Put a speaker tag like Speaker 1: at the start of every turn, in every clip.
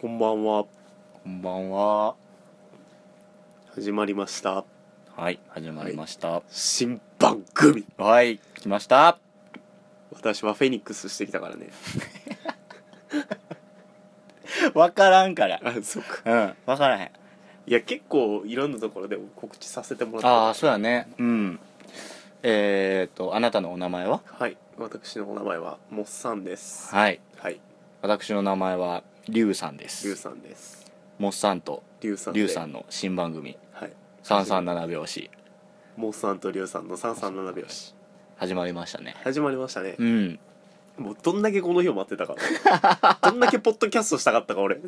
Speaker 1: こんばんは
Speaker 2: こんばんは。
Speaker 1: 始まりました
Speaker 2: はい、始まりました。
Speaker 1: 新番組
Speaker 2: はい、来ました。
Speaker 1: 私はフェニックスしてきたからね
Speaker 2: わからんから。
Speaker 1: あそっか
Speaker 2: うん、わからへん。
Speaker 1: いや結構いろんなところで告知させても
Speaker 2: あ
Speaker 1: ら
Speaker 2: あ、
Speaker 1: っ
Speaker 2: そうだね。うん。えー、っと、あなたのお名前は
Speaker 1: たはい私のお名前はモッサンです
Speaker 2: はい。
Speaker 1: はい
Speaker 2: 私の名前は、リュウさんで
Speaker 1: リュウ
Speaker 2: す。
Speaker 1: さんです
Speaker 2: モッサンと、
Speaker 1: リュウさんで
Speaker 2: リュウさんの新番組、
Speaker 1: はい
Speaker 2: 337拍子、
Speaker 1: モッサンとリュウさんの三三七拍子
Speaker 2: 始まりましたね。
Speaker 1: 始まりましたね
Speaker 2: うん。
Speaker 1: もうどんだけこの日を待ってたか どんだけポッドキャストしたかったか俺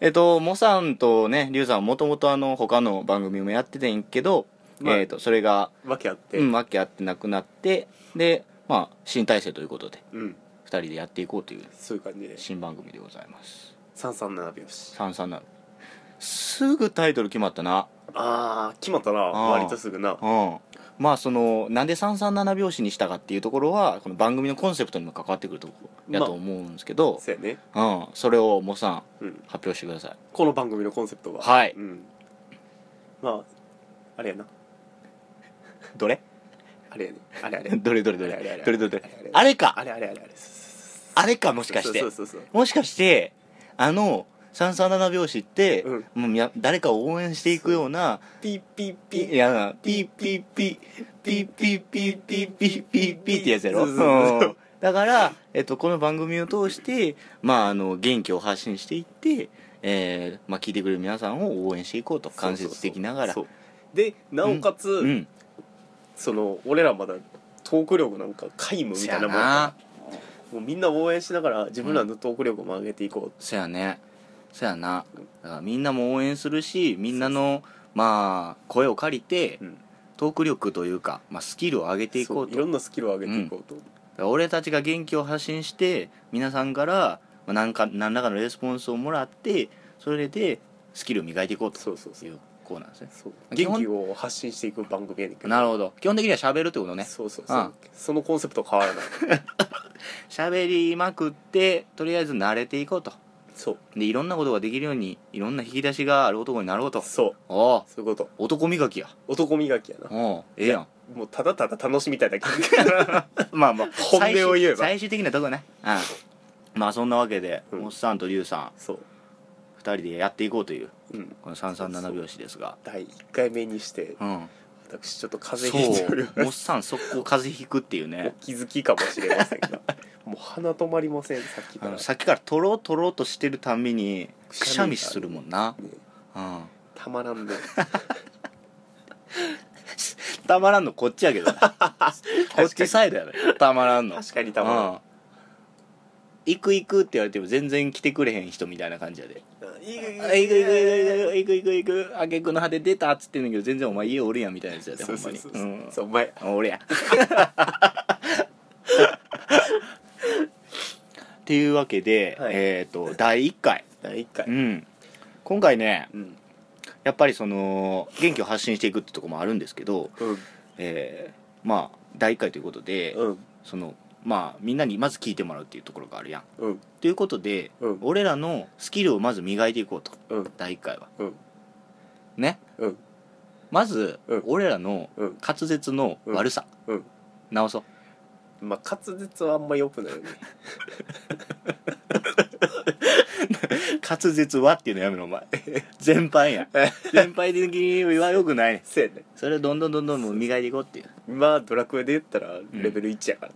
Speaker 2: えっと、モさんとね、リュウさんはもともとあの、他の番組もやっててんけど、
Speaker 1: まあ
Speaker 2: えーっと、それが、
Speaker 1: わけあって
Speaker 2: うん、わけあってなくなって、で、まあ、新体制ということで、
Speaker 1: うん
Speaker 2: 二人でやっていこうという
Speaker 1: そういう感じで
Speaker 2: 新番組でございます
Speaker 1: 三三七拍子
Speaker 2: 三三なすぐタイトル決まったな
Speaker 1: ああ決まったな
Speaker 2: あー
Speaker 1: 割とすぐな
Speaker 2: うんまあそのなんで三三七拍子にしたかっていうところはこの番組のコンセプトにも関わってくるとこやと思うんですけど、
Speaker 1: そうやね
Speaker 2: うんそれをモさん
Speaker 1: うん
Speaker 2: 発表してください
Speaker 1: この番組のコンセプトは
Speaker 2: はい
Speaker 1: うん、まああれやな
Speaker 2: どれ
Speaker 1: あれやねあれあれ
Speaker 2: どれどれど
Speaker 1: あれあ
Speaker 2: れ
Speaker 1: れ
Speaker 2: どれどれどれ
Speaker 1: あれ
Speaker 2: あれか
Speaker 1: あれあれあれあれ
Speaker 2: あれかもしかして
Speaker 1: そうそうそうそう
Speaker 2: もしかしてあの三三七拍子って、
Speaker 1: うん
Speaker 2: もうみや誰かを応援していくような
Speaker 1: ピッピッピ
Speaker 2: い
Speaker 1: ッ
Speaker 2: やなピーピーピーピーピーピーピーピーピーピーってやつやろ
Speaker 1: そうそうそう
Speaker 2: うんだから、えっと、この番組を通して、まあ、あの元気を発信していって、えーまあ、聞いてくれる皆さんを応援していこうと間接的ながら
Speaker 1: そうそうそうでなおかつ、
Speaker 2: うん
Speaker 1: その俺らまだトーク力なんか皆無み
Speaker 2: そ
Speaker 1: たいな
Speaker 2: や
Speaker 1: もんやか
Speaker 2: な
Speaker 1: らもうみんな応援しながら自分らのトーク力も上げていこ
Speaker 2: そやねそやなだからみんなも応援するしみんなのまあ声を借りて
Speaker 1: う、うん、
Speaker 2: トーク力というか、まあ、スキルを上げていこう
Speaker 1: そ
Speaker 2: と
Speaker 1: いろんなスキルを上げていこうと、
Speaker 2: 俺たちが元気を発信して皆さんからまあなんか何らかのレスポンスをもらってそれでスキルを磨いていこうと
Speaker 1: そうそうそ
Speaker 2: いううコーナーですね
Speaker 1: そう
Speaker 2: 基本
Speaker 1: 元気を発信していく番組やねんけど
Speaker 2: なる
Speaker 1: ほ
Speaker 2: ほど基本的には喋るってこと
Speaker 1: ど
Speaker 2: ね
Speaker 1: そうそうそう、
Speaker 2: うん
Speaker 1: そのコンセプト変わらない
Speaker 2: 喋りまくってとりあえず慣れていこうと
Speaker 1: そう
Speaker 2: でいろんなことができるようにいろんな引き出しがある男になろうと
Speaker 1: そう
Speaker 2: おう
Speaker 1: そういうこと
Speaker 2: 男磨きや
Speaker 1: 男磨きやな
Speaker 2: おうええやん
Speaker 1: もうただただ楽しみたいだけ
Speaker 2: まあまあ
Speaker 1: 本音を言えば
Speaker 2: 最終最終的なとこねうんまあそんなわけで、
Speaker 1: うん
Speaker 2: おっさんとりゅうさん
Speaker 1: そう、
Speaker 2: 二人でやっていこうという
Speaker 1: うん、
Speaker 2: この三三七拍子ですが
Speaker 1: 第1回目にして
Speaker 2: うん
Speaker 1: 私ちょっと風
Speaker 2: そ
Speaker 1: 邪ひいており
Speaker 2: う
Speaker 1: ま
Speaker 2: おっ
Speaker 1: す
Speaker 2: さん速攻風邪ひくっていう
Speaker 1: お
Speaker 2: ね
Speaker 1: 気づきかもしれませんがもう鼻止まりませんさっき
Speaker 2: あ
Speaker 1: から
Speaker 2: のさっきからとろとろとしてるたんびにくしゃみするもんな、
Speaker 1: ね
Speaker 2: うん、
Speaker 1: たまらんね
Speaker 2: たまらんのこっちやけ どなこっちサイドやねたまらんの
Speaker 1: 確かにたまらん
Speaker 2: うん行く行くって言われても全然来てくれへん人みたいな感じやで
Speaker 1: いい
Speaker 2: 「あ行く行く行く行く行く行くあげくの果て出た」っつってんねんけど全然お前家おるやんみたいなやつやでほ
Speaker 1: そうん
Speaker 2: ま
Speaker 1: そうそ
Speaker 2: に
Speaker 1: う
Speaker 2: う
Speaker 1: そうんそうお前
Speaker 2: 俺やっていうわけで、
Speaker 1: はい
Speaker 2: えっ、と第1回、
Speaker 1: 第1回
Speaker 2: うん、今回ね
Speaker 1: うん
Speaker 2: やっぱりその元気を発信していくってとこもあるんですけど、
Speaker 1: うん
Speaker 2: えーまあ第1回ということで、
Speaker 1: うん
Speaker 2: そのまあみんなにまず聞いてもらうっていうところがあるやん。
Speaker 1: うん
Speaker 2: ということで、
Speaker 1: うん
Speaker 2: 俺らのスキルをまず磨いていこうと
Speaker 1: うん
Speaker 2: 第1回は。
Speaker 1: うん
Speaker 2: ね
Speaker 1: うん
Speaker 2: まず、
Speaker 1: うん
Speaker 2: 俺らの
Speaker 1: うん
Speaker 2: 滑舌の悪さ、
Speaker 1: うんうん
Speaker 2: 直そう。
Speaker 1: まあ滑舌はあんま良くないよね
Speaker 2: 滑舌はっていうのやめろお前 全般や全般的にはよくないね
Speaker 1: せやね
Speaker 2: それをどんどんどんどんもう磨いていこうっていう
Speaker 1: 今ドラクエで言ったらレベル1やから、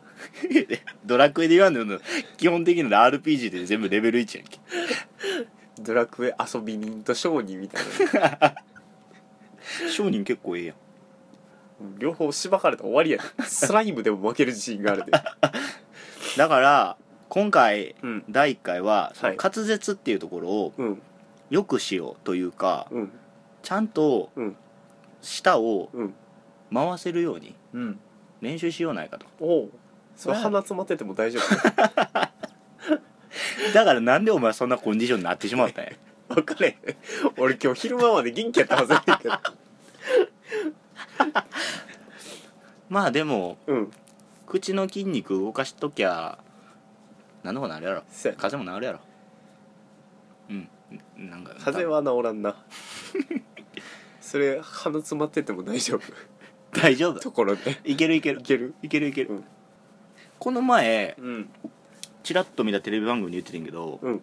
Speaker 2: ドラクエで言わんでも基本的な RPG で全部レベル1やんけ
Speaker 1: ドラクエ遊び人と商人みたいな
Speaker 2: 商人結構ええやん
Speaker 1: 両方しばかれたら終わりやでスライムでも負ける自信があるで
Speaker 2: だから今回
Speaker 1: うん
Speaker 2: 第1回はその
Speaker 1: はい
Speaker 2: 滑舌っていうところを
Speaker 1: うん
Speaker 2: よくしようというか
Speaker 1: うん
Speaker 2: ちゃんと
Speaker 1: うん
Speaker 2: 舌を
Speaker 1: うん
Speaker 2: 回せるように
Speaker 1: うん
Speaker 2: 練習しようないかと
Speaker 1: おうそれ
Speaker 2: ね
Speaker 1: 鼻詰まってても大丈夫
Speaker 2: だからなんでお前そんなコンディションになってしまったんや
Speaker 1: 分かれへん俺今日昼間まで元気やったはずやねんけど
Speaker 2: まあでも
Speaker 1: うん
Speaker 2: 口の筋肉動かしときゃなんのかなるやろ
Speaker 1: そうやな
Speaker 2: 風邪も治るやろうんなんか
Speaker 1: 風邪は治らんなそれ鼻詰まってても大丈夫
Speaker 2: 大丈夫
Speaker 1: ところで
Speaker 2: いけるいける
Speaker 1: いける
Speaker 2: いけるいける、
Speaker 1: うん
Speaker 2: この前
Speaker 1: うん
Speaker 2: チラッと見たテレビ番組に言ってたんやけど、
Speaker 1: うん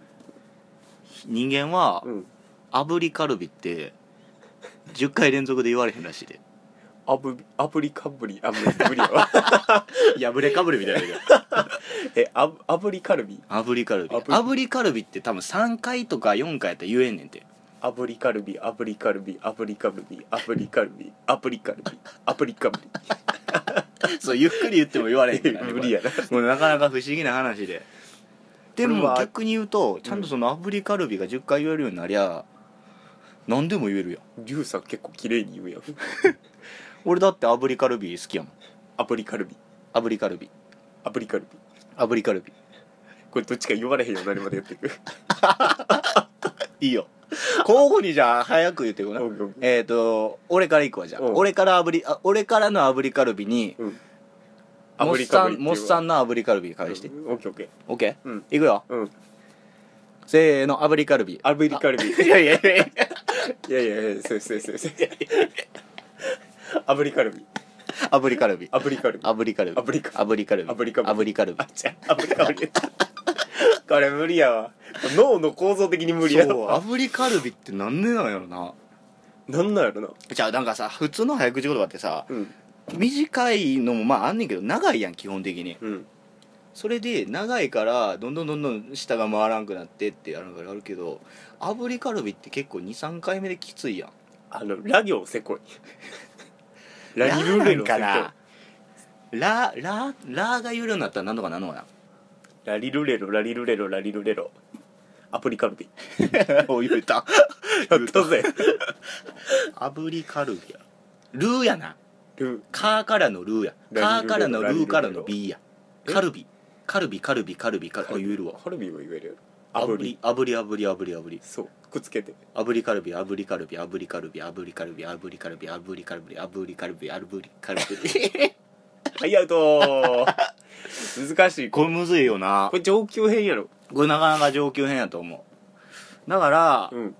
Speaker 2: 人間は
Speaker 1: うん
Speaker 2: 炙りカルビって10回連続で言われへんらしいで
Speaker 1: アブアブリカブリアブリブリやわ
Speaker 2: 破れかぶれみたいな言うけど
Speaker 1: えアブアブリカルビ
Speaker 2: 炙りカルビ
Speaker 1: 炙り
Speaker 2: 炙りカルビって多分3回とか4回やったら言えんねんて
Speaker 1: アブリカルビアブリカルビアブリカルビアブリカルビアブリカルビアブリカル
Speaker 2: そうゆっくり言っても言われへん
Speaker 1: ビ
Speaker 2: から ね
Speaker 1: 無理やな
Speaker 2: これもうなかなか不思議な話でで
Speaker 1: これ
Speaker 2: も
Speaker 1: は
Speaker 2: 逆に言うとちゃんとその炙りカルビが10回言えるようになりゃ何でも言えるやん
Speaker 1: リュウさん結構綺麗に言うやん
Speaker 2: 俺だって炙りカルビ好きやもん
Speaker 1: アブリカルビ
Speaker 2: 炙りカルビ
Speaker 1: アブリカルビ
Speaker 2: 炙りカルビ
Speaker 1: これどっちか言われへんようになるまでやっていく
Speaker 2: いいよ交互にじゃあ早く言ってごら
Speaker 1: うんんうん
Speaker 2: えっと俺からいくわじゃあ
Speaker 1: うん
Speaker 2: 俺から炙りあ俺からの炙りカルビに
Speaker 1: うん
Speaker 2: モッサンモッサ
Speaker 1: ン
Speaker 2: ンの炙りカルビ返して
Speaker 1: オッケーオッケー
Speaker 2: OK
Speaker 1: うん
Speaker 2: いくよ
Speaker 1: うん
Speaker 2: せーの炙りカルビ
Speaker 1: アブリカルビ
Speaker 2: いやいやいやいや
Speaker 1: いやいやいや、そうそうそうそう。炙りカルビ。
Speaker 2: 炙りカルビ
Speaker 1: 炙りカルビ。
Speaker 2: 炙りカルビ
Speaker 1: 炙りカル
Speaker 2: 炙りカルビ
Speaker 1: 炙りカルビ
Speaker 2: 炙りカルビ
Speaker 1: あ、じゃ、炙りカルビ。これ無理やわ。脳の構造的に無理や
Speaker 2: そう
Speaker 1: わ。
Speaker 2: 炙りカルビってなんでなんやろな
Speaker 1: なんなんやろな。
Speaker 2: じゃあなんかさ普通の早口言葉ってさ
Speaker 1: うん。
Speaker 2: 短いのもまああんねんけど長いやん基本的に
Speaker 1: うん。
Speaker 2: それで長いからどんどんどんどん舌が回らんくなってってやるのがあるけど炙りカルビって結構23回目できついやん
Speaker 1: あの、ラ行せこい。ラリルーレ
Speaker 2: ラーな
Speaker 1: の
Speaker 2: ん
Speaker 1: せこ
Speaker 2: か
Speaker 1: い。
Speaker 2: なラララーが有料になったらなんとかなるのか
Speaker 1: ラリルレロ、ラリルレロ、ラリルレロ。炙りカルビ。
Speaker 2: な お言うた
Speaker 1: やった ぜ。
Speaker 2: 炙りカルビやルーやな
Speaker 1: ル
Speaker 2: カーからのルーやカ
Speaker 1: ラ
Speaker 2: ー
Speaker 1: リルレロ
Speaker 2: からのルーからの
Speaker 1: ラリルレロ
Speaker 2: B や
Speaker 1: え
Speaker 2: カルビカルビカルビカルビカルビあ言えるわ
Speaker 1: カルビは言えるやろ。
Speaker 2: 炙
Speaker 1: 炙り。
Speaker 2: り炙り炙り炙り炙り
Speaker 1: そう。くっつけて。
Speaker 2: 炙りカルビ炙りカルビ炙りカルビ炙りカルビ炙りカルビ炙りカルビ炙りカルビ炙りカルビ
Speaker 1: はい、アウト ー。難 しい。こ
Speaker 2: これむずいよな
Speaker 1: れ上級編やろ。
Speaker 2: これなかなか上級編やと思うだから
Speaker 1: うん。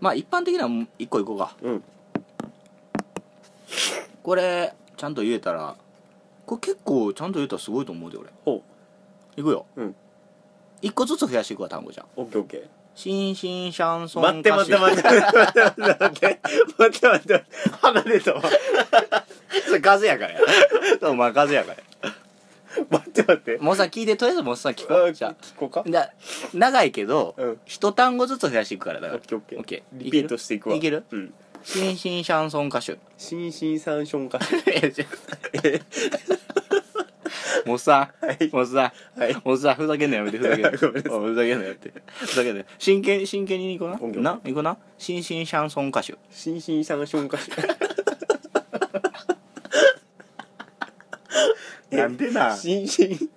Speaker 2: まあ一般的なもん一個いこうか
Speaker 1: うん。
Speaker 2: これちゃんと言えたらこれ結構ちゃんと言えたらすごいと思うで俺
Speaker 1: ほう。
Speaker 2: いくよ
Speaker 1: うん
Speaker 2: 一個ずつ増やしていくわ単語じゃん
Speaker 1: オッケーオッケー。
Speaker 2: シンシンシャンソン
Speaker 1: 待って待って
Speaker 2: っ
Speaker 1: 待って待って待 って待って待って待って離れたわ
Speaker 2: てそれガズ やからやそうまあガズやからや
Speaker 1: 待って待って
Speaker 2: もうさ聞いてとりあえずもうさ聞こ
Speaker 1: あ
Speaker 2: うじゃあ
Speaker 1: 聞こうか
Speaker 2: じゃあ長いけど、
Speaker 1: うん
Speaker 2: 一単語ずつ増やしていくからだ
Speaker 1: オ
Speaker 2: か
Speaker 1: ッ
Speaker 2: ら
Speaker 1: ケーオッケー
Speaker 2: オッケー
Speaker 1: リピートしていくわ
Speaker 2: いける
Speaker 1: うん
Speaker 2: シンシンシャンソン歌手
Speaker 1: シンシンサンションか
Speaker 2: もうさ、
Speaker 1: はい
Speaker 2: もうさ、
Speaker 1: はい
Speaker 2: もうさふざけんのやめてふざけん
Speaker 1: ごめんなさ
Speaker 2: のおいふざけんのやめてふざけんの真剣真剣にいこうな
Speaker 1: オッケー
Speaker 2: な行こうなシンシンシャンソン歌手
Speaker 1: シンシンサンションかし
Speaker 2: なんでな
Speaker 1: シンシン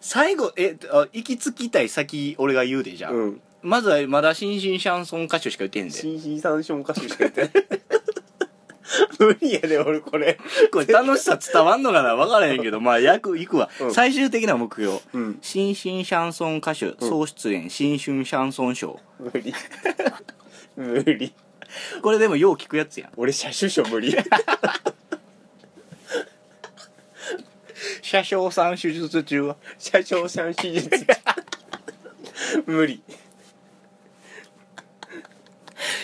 Speaker 2: 最後えあ行き着きたい先俺が言うでじゃあ、
Speaker 1: うん
Speaker 2: まずはまだシンシンシャンソン歌手しか言ってへんで
Speaker 1: シンシンサンションかししか言って ない無理やで俺これ
Speaker 2: これ楽しさ伝わんのかな分からへんけどまあ役いくわ、
Speaker 1: うん
Speaker 2: 最終的な目標
Speaker 1: うん
Speaker 2: 新進シャンソン歌手総出演、新春シャンソンショー
Speaker 1: 無理無理
Speaker 2: これでもよう聞くやつやん
Speaker 1: 俺車種書無理
Speaker 2: 車掌さん手術中は
Speaker 1: 車掌さん手術無理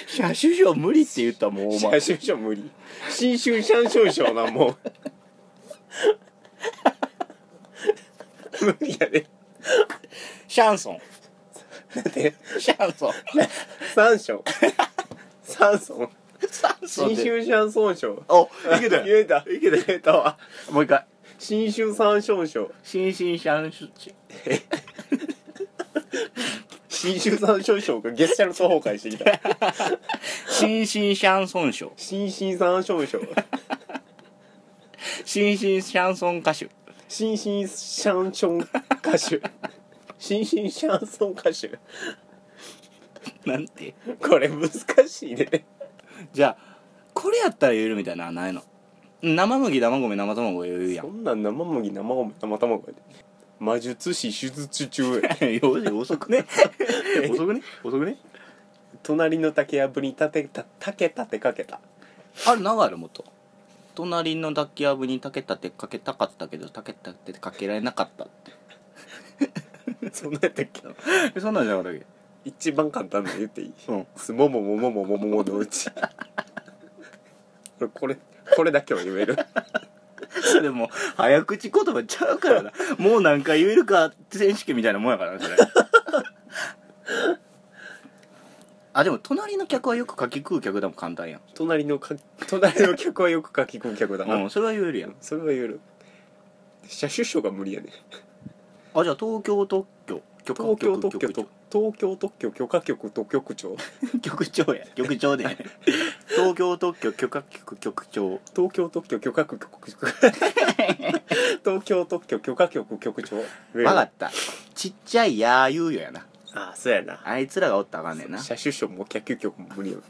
Speaker 2: 車掌賞無理って言ったらもうお
Speaker 1: 車
Speaker 2: 前
Speaker 1: 種書無理新春シャンション賞なん もう無理やで
Speaker 2: シャンソン
Speaker 1: だって
Speaker 2: シャンソン
Speaker 1: 三章三章
Speaker 2: シャンソン
Speaker 1: 新
Speaker 2: で
Speaker 1: 春シャンソン賞
Speaker 2: おいけたよ
Speaker 1: 言えた言えたわ
Speaker 2: もう一回
Speaker 1: 新春三章賞
Speaker 2: 新進シャンション
Speaker 1: 新春三章賞がゲッシャルと崩壊してき た
Speaker 2: 新進シャンソンショー
Speaker 1: 新新三章賞
Speaker 2: 新進シャンソン歌手
Speaker 1: 新新シャンション歌手新新シャンソン歌手
Speaker 2: なんて
Speaker 1: これ難しいね
Speaker 2: じゃあこれやったら言えるみたいなのはないの生麦生米生卵言うや
Speaker 1: そ
Speaker 2: ん
Speaker 1: んなん生麦生米生卵やで魔術師手術 中
Speaker 2: よし遅くね遅くね遅くね
Speaker 1: 隣の竹やぶに立てた竹立てかけた
Speaker 2: あれ長いのもっと隣の抱きやぶに竹立てかけたかったけど竹立てかけられなかったって
Speaker 1: そんなんやったっけ
Speaker 2: えそんなんじゃなかったっ
Speaker 1: 一番簡単なの言っていい
Speaker 2: けうん
Speaker 1: すもももももももものうち これこれこれだけは言える
Speaker 2: それもう早口言葉ちゃうからなもう何回言えるか選手権みたいなもんやからな それあでも隣の客はよくかき食う客でも簡単やん、
Speaker 1: 隣のか隣の客はよく書き込む客だな、
Speaker 2: うん、それは言えるやん
Speaker 1: それは言える車種書が無理やね
Speaker 2: あじゃあ東京特許許可
Speaker 1: 東京特許
Speaker 2: 局
Speaker 1: と東京特許許可局特局 長
Speaker 2: 局長や 局長で東京特許許可局局長
Speaker 1: 東京特許許可局局 長東京特許許可局局長
Speaker 2: 分かったちっちゃいやーゆうよやな
Speaker 1: ああそうやな
Speaker 2: あいつらがおったらあかんねんな
Speaker 1: 車種書も客局も無理やね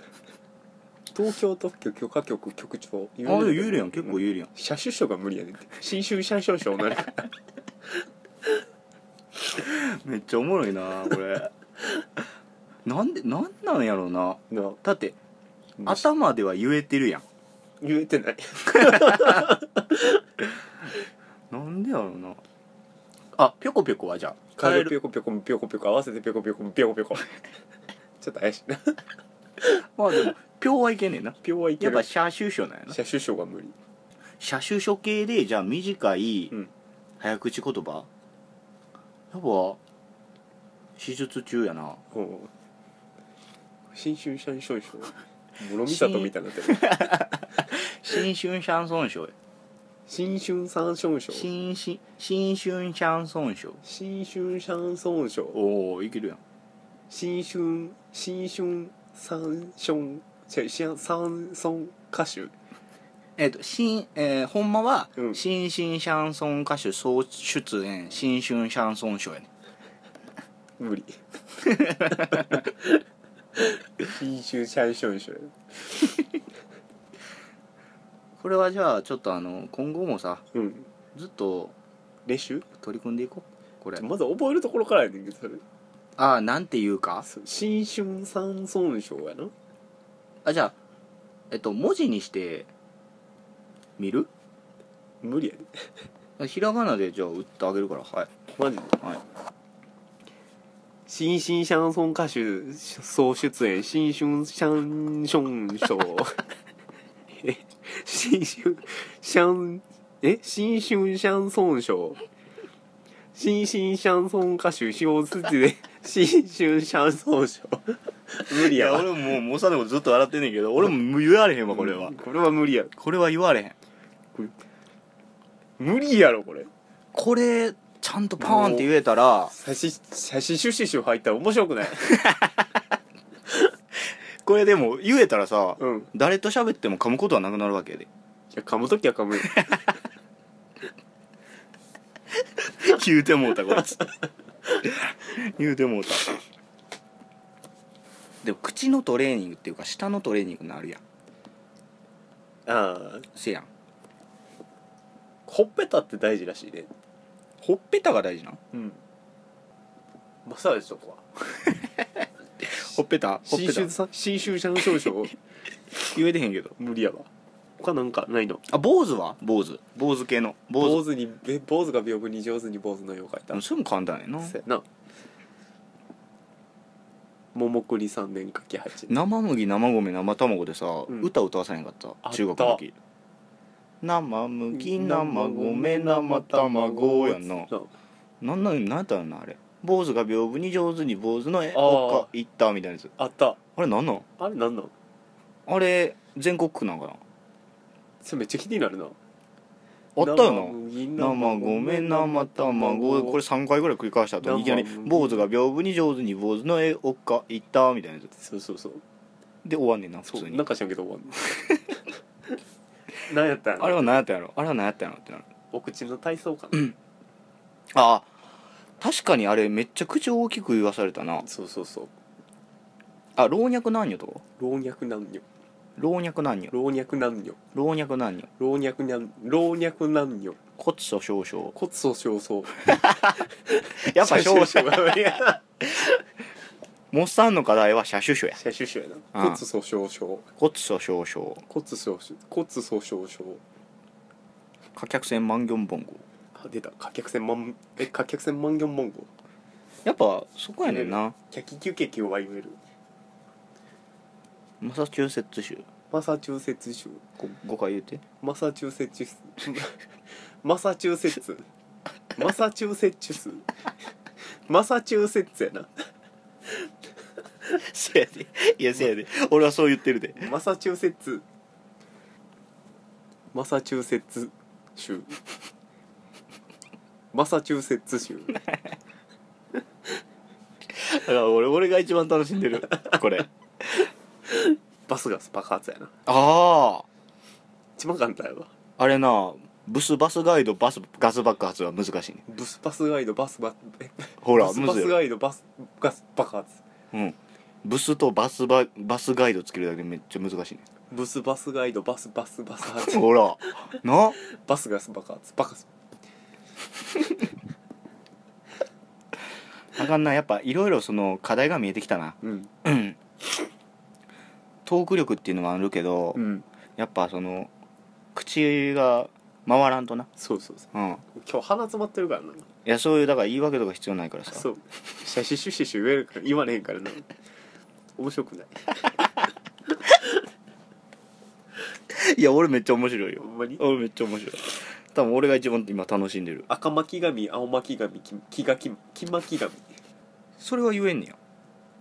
Speaker 1: 東京特許許可局局長言
Speaker 2: あでも言えるやん結構
Speaker 1: う
Speaker 2: 言えるやん
Speaker 1: 車種書が無理やねんって新州車種書にな る
Speaker 2: めっちゃおもろいなこれ なんでなんなんやろうな
Speaker 1: な
Speaker 2: だって頭では言えてるやん
Speaker 1: 言えてない
Speaker 2: なんでやろうなあぴょこぴょこはじゃあ
Speaker 1: カエ
Speaker 2: 変え
Speaker 1: ルピ
Speaker 2: る
Speaker 1: ョコピョコピョコピョコ合わせてピョコピョコピョコピョコちょっと怪しいな
Speaker 2: まあでもぴょうはいけんねんな
Speaker 1: ピョはいけ
Speaker 2: やっ
Speaker 1: る
Speaker 2: ぱ車種書なんやな
Speaker 1: 車種書が無理
Speaker 2: 車種書系でじゃあ短い
Speaker 1: うん
Speaker 2: 早口言葉やっぱ手術中やな
Speaker 1: うん新春シャンションション諸見里みたいになってる
Speaker 2: 新春シャンソン賞
Speaker 1: 新春サンションション
Speaker 2: 新新新春シャンソン賞
Speaker 1: 新春シャンソンション
Speaker 2: おおいけるやん
Speaker 1: 新春新春サンションシャシャンサンソン歌手
Speaker 2: えっ、と新えー、ほんまは、
Speaker 1: うん
Speaker 2: 新進シャンソン歌手総出演新春シャンソン賞やね
Speaker 1: 無 理新春シャンションション
Speaker 2: これはじゃあちょっとあの今後もさ
Speaker 1: うん
Speaker 2: ずっと
Speaker 1: 練習
Speaker 2: 取り組んでいこうこれ
Speaker 1: まず覚えるところからやねんけどそれ
Speaker 2: ああなんていうか
Speaker 1: そう新春サンソンションやな
Speaker 2: あじゃあえっと文字にして見る
Speaker 1: 無理やで
Speaker 2: ひらがなでじゃあ打ってあげるからはい
Speaker 1: マジで
Speaker 2: はい
Speaker 1: 新進シャンソン歌手総出演新春シャンション ショーえ新春シャンえ新春シャンソンショー新進シャンソン歌 手小説で新春シャンソンショー無理
Speaker 2: い
Speaker 1: やわ
Speaker 2: ももうモサのことずっと笑ってんねんけど俺も言われへんわ
Speaker 1: うんこれは無理や
Speaker 2: これは言われへん
Speaker 1: 無理やろこれ
Speaker 2: これちゃんとパーンって言えたら
Speaker 1: 差し差しシュシュシュ入ったら面白くない
Speaker 2: これでも言えたらさ、
Speaker 1: うんい
Speaker 2: 誰と喋っても噛むことはなくなるわけやで
Speaker 1: や噛む時は噛むよ
Speaker 2: 言うてもうたこいつ 言うてもうたでも口のトレーニングっていうか舌のトレーニングになるやん
Speaker 1: ああ
Speaker 2: せやん
Speaker 1: ほっぺたって大事らしいね
Speaker 2: ほっぺたが大事なの
Speaker 1: うんマッサージとか
Speaker 2: ほっぺたほ
Speaker 1: 新
Speaker 2: っぺた
Speaker 1: 州さん新州社の少々
Speaker 2: 言えてへんけど
Speaker 1: 無理やわ他なんかないの
Speaker 2: あ坊主は坊主坊主系の坊主
Speaker 1: 坊主にえ坊主が屏風に上手に坊主の絵を描いた
Speaker 2: うんそれも簡単やな
Speaker 1: そうやな桃栗三年かき八年
Speaker 2: 生麦生米生卵でさ、
Speaker 1: うん
Speaker 2: 歌歌わさへんかった
Speaker 1: あった
Speaker 2: 中学の時生麦生米生卵やんななんなんなんやったのなあれ坊主が屏風に上手に坊主の絵を描いたみたいなやつ
Speaker 1: あった
Speaker 2: あれなんなん
Speaker 1: あれなんなん
Speaker 2: あれ全国区なんかな
Speaker 1: それめっちゃ気になるな
Speaker 2: あったよ
Speaker 1: 生
Speaker 2: な
Speaker 1: 麦
Speaker 2: 生米生卵これ3回ぐらい繰り返した後にいきなり
Speaker 1: 生麦
Speaker 2: 坊主が屏風に上手に坊主の絵を描いたみたいなやつ
Speaker 1: そうそうそう
Speaker 2: で終わんねんな普
Speaker 1: そう
Speaker 2: 通に
Speaker 1: なんか知らんけ ど終わんの何やったんやろ
Speaker 2: あれは何やったんやろあれは何やったんやろってなる
Speaker 1: お口の体操かな、
Speaker 2: ああ確かにあれめっちゃ口大きく言わされたな
Speaker 1: そうそうそう
Speaker 2: あ老若男女とか
Speaker 1: 老若男女
Speaker 2: 老若男女
Speaker 1: 老若男女
Speaker 2: 老若男女
Speaker 1: 老若男老若男女
Speaker 2: 骨粗しょう症
Speaker 1: 骨粗しょう症
Speaker 2: やっぱ症
Speaker 1: 車
Speaker 2: 症
Speaker 1: 種症や
Speaker 2: モッサンの課題は車種症や
Speaker 1: 車種症やな
Speaker 2: うん
Speaker 1: 骨粗しょう症
Speaker 2: 骨粗しょう症
Speaker 1: 骨粗しょ骨粗しょう症
Speaker 2: 火脚線万元本号
Speaker 1: あ出た貨客船万え貨客船万元文豪
Speaker 2: やっぱそこやねんな
Speaker 1: キャキキュケキュは言える
Speaker 2: マサチューセッツ州
Speaker 1: マサチューセッツ州
Speaker 2: こ5回言 うて
Speaker 1: マサチューセッツ マサチューセッツマサチューセッツ州マサチューセッツやな
Speaker 2: せやでいやせやで 俺はそう言ってるで
Speaker 1: マサチューセッツマサチューセッツ州マサチューセッツ州
Speaker 2: だから俺俺が一番楽しんでるこれ
Speaker 1: バスガス爆発やな
Speaker 2: ああ
Speaker 1: 一番簡単やわ
Speaker 2: あれなブスバスガイドバスガス爆発は難しいね
Speaker 1: ブスバスガイドバスバえ
Speaker 2: ほら
Speaker 1: ブス
Speaker 2: む
Speaker 1: バ
Speaker 2: ずい
Speaker 1: ス
Speaker 2: よ
Speaker 1: ガイドバスガス爆発
Speaker 2: うんブスとバスババスガイドつけるだけでめっちゃ難しいね
Speaker 1: ブスバスガイドバスバスバス発
Speaker 2: ほら な
Speaker 1: バスガス爆発バカス
Speaker 2: あかんなやっぱいろいろその課題が見えてきたな
Speaker 1: うん
Speaker 2: トーク力っていうのはあるけど、
Speaker 1: うん
Speaker 2: やっぱその口が回らんとな
Speaker 1: そうそうそう
Speaker 2: うん
Speaker 1: 今日鼻詰まってるからない
Speaker 2: やそういうだから言い訳とか必要ないからさ
Speaker 1: そうシャシシュシュシュ言えるから言われへんからな面白くない
Speaker 2: いや俺めっちゃ面白いよ
Speaker 1: ほんまに
Speaker 2: 俺めっちゃ面白い多分俺が一番今楽しんでる
Speaker 1: 赤巻紙青巻紙き木がき木巻紙
Speaker 2: それは言えんねや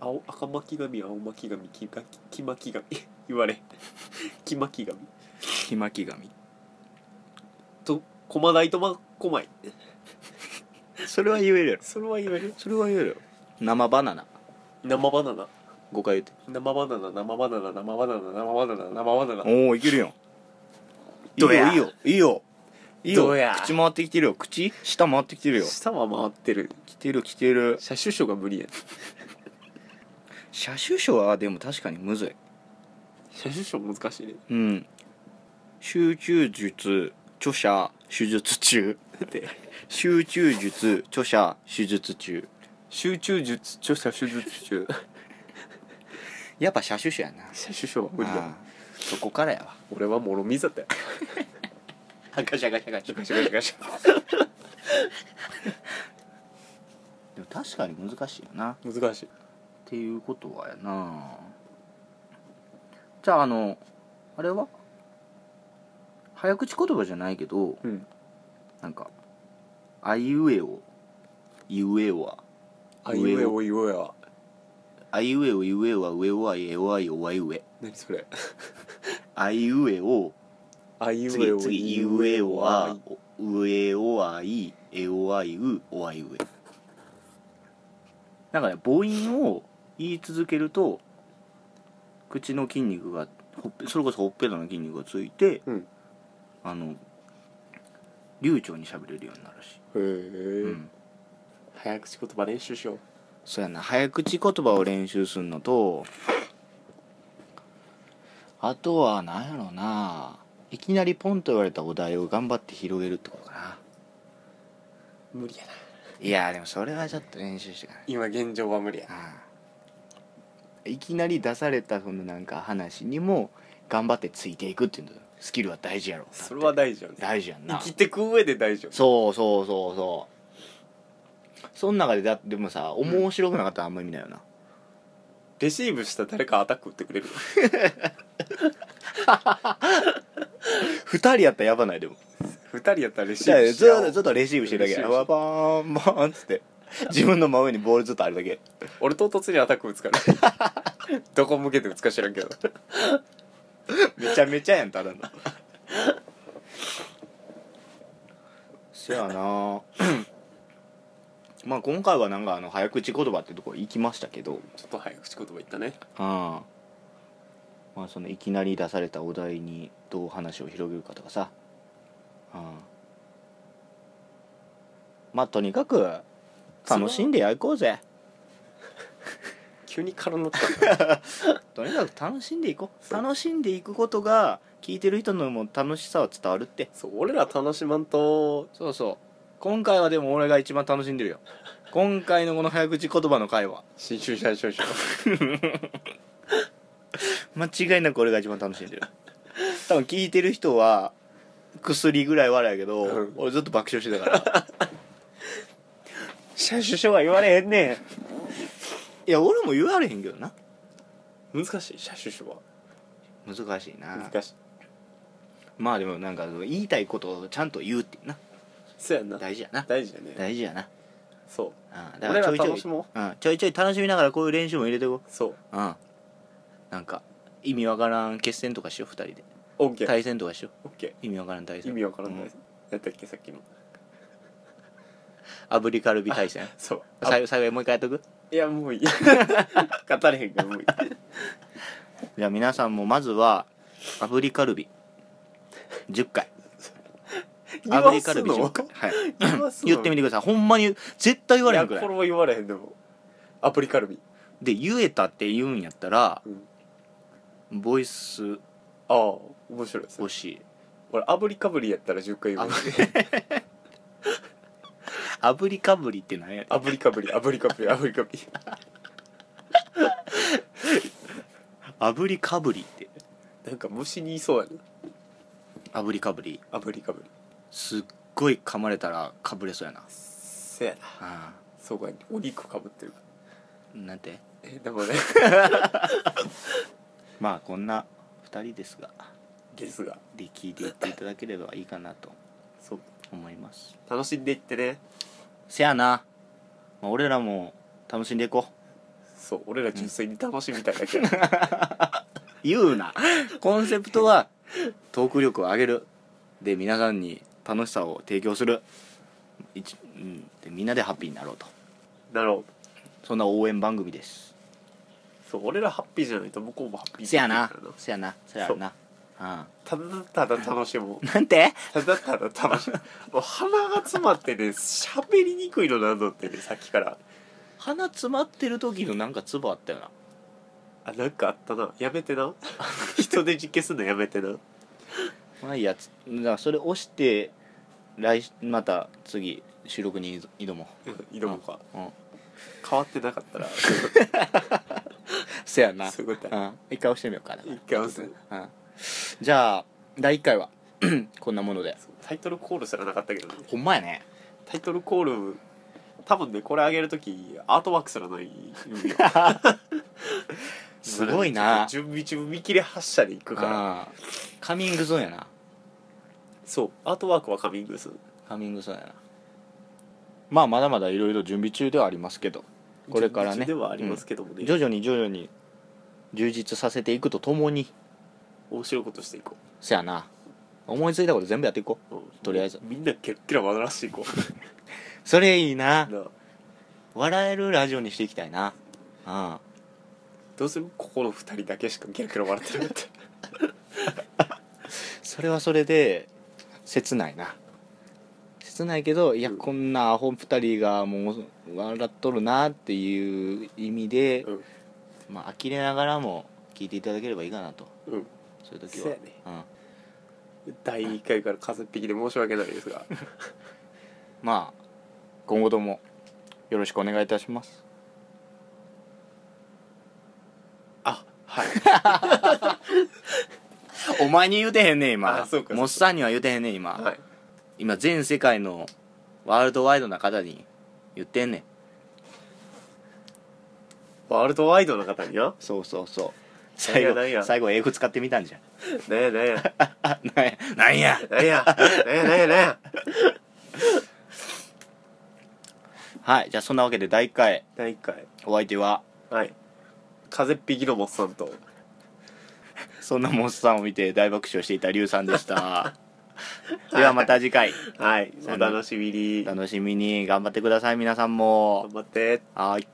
Speaker 1: 青赤巻紙青巻紙木がき木巻紙言われへん木巻紙
Speaker 2: ひまき紙
Speaker 1: と駒台とま駒井
Speaker 2: それは言えるやろ
Speaker 1: それは言える
Speaker 2: それは言えるよ生バナナ
Speaker 1: 生バナナ
Speaker 2: 5回言って
Speaker 1: 生バナナ生バナナ生バナナ生バナナ生バナナ
Speaker 2: おおいけるやん
Speaker 1: どうや
Speaker 2: いいよいいよいいよ
Speaker 1: どう
Speaker 2: いいよ
Speaker 1: や
Speaker 2: 口回ってきてるよ口下回ってきてるよ
Speaker 1: 下は回ってる
Speaker 2: 来てる来てる
Speaker 1: 車種書が無理や
Speaker 2: 車種書はでも確かにむずい
Speaker 1: 車種書難しいね
Speaker 2: うん集中術著者手術中
Speaker 1: って
Speaker 2: 集中術著者手術中
Speaker 1: 集中術著者手術中
Speaker 2: やっぱ車種書やな
Speaker 1: 車種書は無理
Speaker 2: あ
Speaker 1: や
Speaker 2: ーそこからやわ
Speaker 1: 俺はもろみざ だよ
Speaker 2: ガシャガシャガシャ
Speaker 1: ガシャガシャガシャ
Speaker 2: でも確かに難しいよなっ
Speaker 1: 難しい
Speaker 2: ていうことはやなじゃああのあれは早口言葉じゃないけど
Speaker 1: うん
Speaker 2: なんか「あいうえお」「いうえおは」
Speaker 1: あいうえおいうえは
Speaker 2: 「あいうえお」「いうえおは」「うえおは」「えおは」「おはいうえ」
Speaker 1: 何それ
Speaker 2: 「あいうえお」
Speaker 1: あいう
Speaker 2: 次
Speaker 1: えお
Speaker 2: 次「いうえおは」「うえおはい」「えおはいう」「おあいうえ」なんかね母音を言い続けると口の筋肉がほっぺそれこそほっぺたの筋肉がついて、
Speaker 1: うん
Speaker 2: あの流暢に喋れるようになるし、
Speaker 1: へ
Speaker 2: う
Speaker 1: え
Speaker 2: ん
Speaker 1: 早口言葉練習しよう
Speaker 2: そうやな早口言葉を練習するのとあとは何やろうないきなりポンと言われたお題を頑張って広げるってことかな
Speaker 1: 無理やない
Speaker 2: やーでもそれはちょっと練習してかない
Speaker 1: 今現状は無理や
Speaker 2: ああいきなり出されたそのなんか話にも頑張ってついていくっていうのスキルは大事やろ
Speaker 1: それは大事よね
Speaker 2: 大事やん
Speaker 1: 生
Speaker 2: な
Speaker 1: きてく上で大丈夫
Speaker 2: そうそうそうそうその中でだでもさ面白くなかったらあんまり見ないよな、
Speaker 1: レシーブしたら誰かアタック打ってくれる
Speaker 2: 二人やったらやばないでも
Speaker 1: 二人やったらレシ
Speaker 2: じゃあ
Speaker 1: ー
Speaker 2: ず
Speaker 1: ブ
Speaker 2: っ
Speaker 1: しちゃお
Speaker 2: と
Speaker 1: う
Speaker 2: ずっとレシーブしてるだけ
Speaker 1: レシーブ
Speaker 2: ババーンバーンっつって自分の真上にボールずっとあるだけ
Speaker 1: 俺唐突にアタック打つから どこ向けて打つか知らんけど
Speaker 2: めちゃめちゃやんただのせやな まあ今回はなんかあの早口言葉ってとこ行きましたけど
Speaker 1: ちょっと早口言葉言ったね
Speaker 2: あまあそのいきなり出されたお題にどう話を広げるかとかさあまあとにかく楽しんでやいこうぜ
Speaker 1: 急に軽になった
Speaker 2: とにかく楽しんでいこう楽しんでいくことが聞いてる人のも楽しさは伝わるって
Speaker 1: そう俺ら楽しまんと
Speaker 2: そうそう今回はでも俺が一番楽しんでるよ今回のこの早口言葉の会話
Speaker 1: 新春社長賞
Speaker 2: 間違いなく俺が一番楽しんでる 多分聞いてる人は薬ぐらい笑いやけど、
Speaker 1: うん
Speaker 2: 俺ずっと爆笑してた から「シャシュシュは言われへんねん」いや俺も言われへんけどな
Speaker 1: 難しい車種手は
Speaker 2: 難しいな
Speaker 1: 難しい
Speaker 2: まあでもなんか言いたいことをちゃんと言うっていうな
Speaker 1: そうやんな
Speaker 2: 大事やな
Speaker 1: 大事だね
Speaker 2: 大事やな
Speaker 1: そう
Speaker 2: うんだか
Speaker 1: 俺
Speaker 2: らち
Speaker 1: ら
Speaker 2: ょいちょ
Speaker 1: 楽
Speaker 2: い
Speaker 1: しも
Speaker 2: うん、ちょいちょい楽しみながらこういう練習も入れていこ
Speaker 1: うそう
Speaker 2: ううんなんか意味わからん決戦とかしよう二人で
Speaker 1: OK
Speaker 2: 対戦とかしよう
Speaker 1: OK
Speaker 2: 意味わからん対
Speaker 1: 意
Speaker 2: 戦
Speaker 1: 味わからない
Speaker 2: うん
Speaker 1: やったっけさっきの
Speaker 2: アブリカルビ対戦
Speaker 1: そうあ
Speaker 2: 最後最後にもう一回やっとく
Speaker 1: いやもういい 語れへんからもういい
Speaker 2: じゃあ皆さんもまずは炙りカルビ10回 炙りカルビ
Speaker 1: 言
Speaker 2: 10
Speaker 1: わ
Speaker 2: 回、
Speaker 1: す
Speaker 2: はい、
Speaker 1: の言わすの
Speaker 2: 言ってみてくださいほんまに絶対言われへん
Speaker 1: い
Speaker 2: く
Speaker 1: や
Speaker 2: ら
Speaker 1: これ
Speaker 2: い
Speaker 1: は言われへんでもアプリカルビ
Speaker 2: で言えたって言うんやったら
Speaker 1: うん
Speaker 2: ボイス
Speaker 1: ああ面白いですね
Speaker 2: 欲しい
Speaker 1: 俺アブリカブリやったら10回言う
Speaker 2: 炙りかぶりって何やねん
Speaker 1: アブリカブリアブリカブリアブリカブリ
Speaker 2: 炙りかぶりって
Speaker 1: なんか虫にいそうやな
Speaker 2: 炙りかぶり
Speaker 1: アブリカブリ
Speaker 2: すっごい噛まれたらかぶれそうやな
Speaker 1: せやな
Speaker 2: あ
Speaker 1: そうかお肉かぶってる
Speaker 2: あなんて
Speaker 1: えで もね
Speaker 2: まあこんな2人ですが
Speaker 1: ですが
Speaker 2: で聞いていっていただければいいかなと
Speaker 1: そう
Speaker 2: 思います
Speaker 1: 楽しんでいってね
Speaker 2: せやな、まあ、俺らも楽しんでいこう
Speaker 1: そう俺ら純粋に楽しみたいだけ、
Speaker 2: 言うなコンセプトはトーク力を上げるで皆さんに楽しさを提供する一うん、でみんなでハッピーになろうと
Speaker 1: なるほど
Speaker 2: そんな応援番組です
Speaker 1: そう俺らハッピーじゃないと向こうもハッピー
Speaker 2: せやな
Speaker 1: できいから
Speaker 2: せやなせやろなあ
Speaker 1: ただただ楽しもう
Speaker 2: あなんて
Speaker 1: ただただ楽 しもうもう鼻が詰まってね喋りにくいのなんのってねさっきから
Speaker 2: 鼻詰まってる時のなんかツボあったよな
Speaker 1: あなんかあったなやめて な人で実験すんのやめてな
Speaker 2: まあいいやつだからそれ押して来また次収録に挑も
Speaker 1: 色もか
Speaker 2: う、うん、
Speaker 1: 変わってなかったら
Speaker 2: せやな
Speaker 1: そういうこと
Speaker 2: う
Speaker 1: や
Speaker 2: ん、一回押してみようかな
Speaker 1: 一回押す
Speaker 2: うん、じゃあ第1回は こんなもので
Speaker 1: そうタイトルコールすらなかったけどね
Speaker 2: ほんまやね
Speaker 1: タイトルコール多分ねこれ上げる時アートワークすらないよ
Speaker 2: すごいな
Speaker 1: 準備中見切り発車で行くから
Speaker 2: うんカミングゾーンやな
Speaker 1: そうアートワークはカミングス
Speaker 2: カミングゾーンやなまあまだまだいろいろ準備中ではありますけどこれから
Speaker 1: 準
Speaker 2: ね
Speaker 1: 備中ではありますけどもね、
Speaker 2: 徐々に徐々に充実させていくとともに
Speaker 1: 面白いことしていこ
Speaker 2: せやな思いついたこと全部やっていこう
Speaker 1: う、うん
Speaker 2: とりあえず
Speaker 1: みんなキラッキラ笑らしていこう
Speaker 2: それいいな
Speaker 1: なあ
Speaker 2: 笑えるラジオにしていきたいなうん
Speaker 1: どうするここの二人だけしかキラキラ笑ってなか った
Speaker 2: それはそれで切ないな切ないけどいや、
Speaker 1: うん
Speaker 2: こんなアホ二人がもう笑っとるなっていう意味で、
Speaker 1: うん
Speaker 2: まあ呆れながらも聞いていただければいいかなと
Speaker 1: うん
Speaker 2: そういう時
Speaker 1: そ
Speaker 2: は
Speaker 1: うやね第1回から風邪っ引きで申し訳ないですが
Speaker 2: うん、まあ今後ともよろしくお願いいたします
Speaker 1: あはい
Speaker 2: お前に言うてへんね
Speaker 1: 今
Speaker 2: 今モ
Speaker 1: モ
Speaker 2: ッ
Speaker 1: ッ
Speaker 2: サンには言うてへんね今、
Speaker 1: はい
Speaker 2: 今全世界のワールドワイドな方に言ってんねん
Speaker 1: ワールドワイドの方にな
Speaker 2: そうそうそう
Speaker 1: 最
Speaker 2: 最
Speaker 1: 後
Speaker 2: 後最後英語使ってみたんじゃん
Speaker 1: なんやなんや
Speaker 2: あなん や
Speaker 1: な
Speaker 2: なんや
Speaker 1: んやなんやなんやなんや
Speaker 2: はいじゃあそんなわけで第1回
Speaker 1: 第1回
Speaker 2: お相手は
Speaker 1: はい風邪っ引きのモッサンと
Speaker 2: そんなモンスターを見て大爆笑していたリュウさんでした ではまた次回
Speaker 1: はいお楽しみに頑
Speaker 2: 楽しみに頑張ってください皆さんも
Speaker 1: 張って
Speaker 2: はい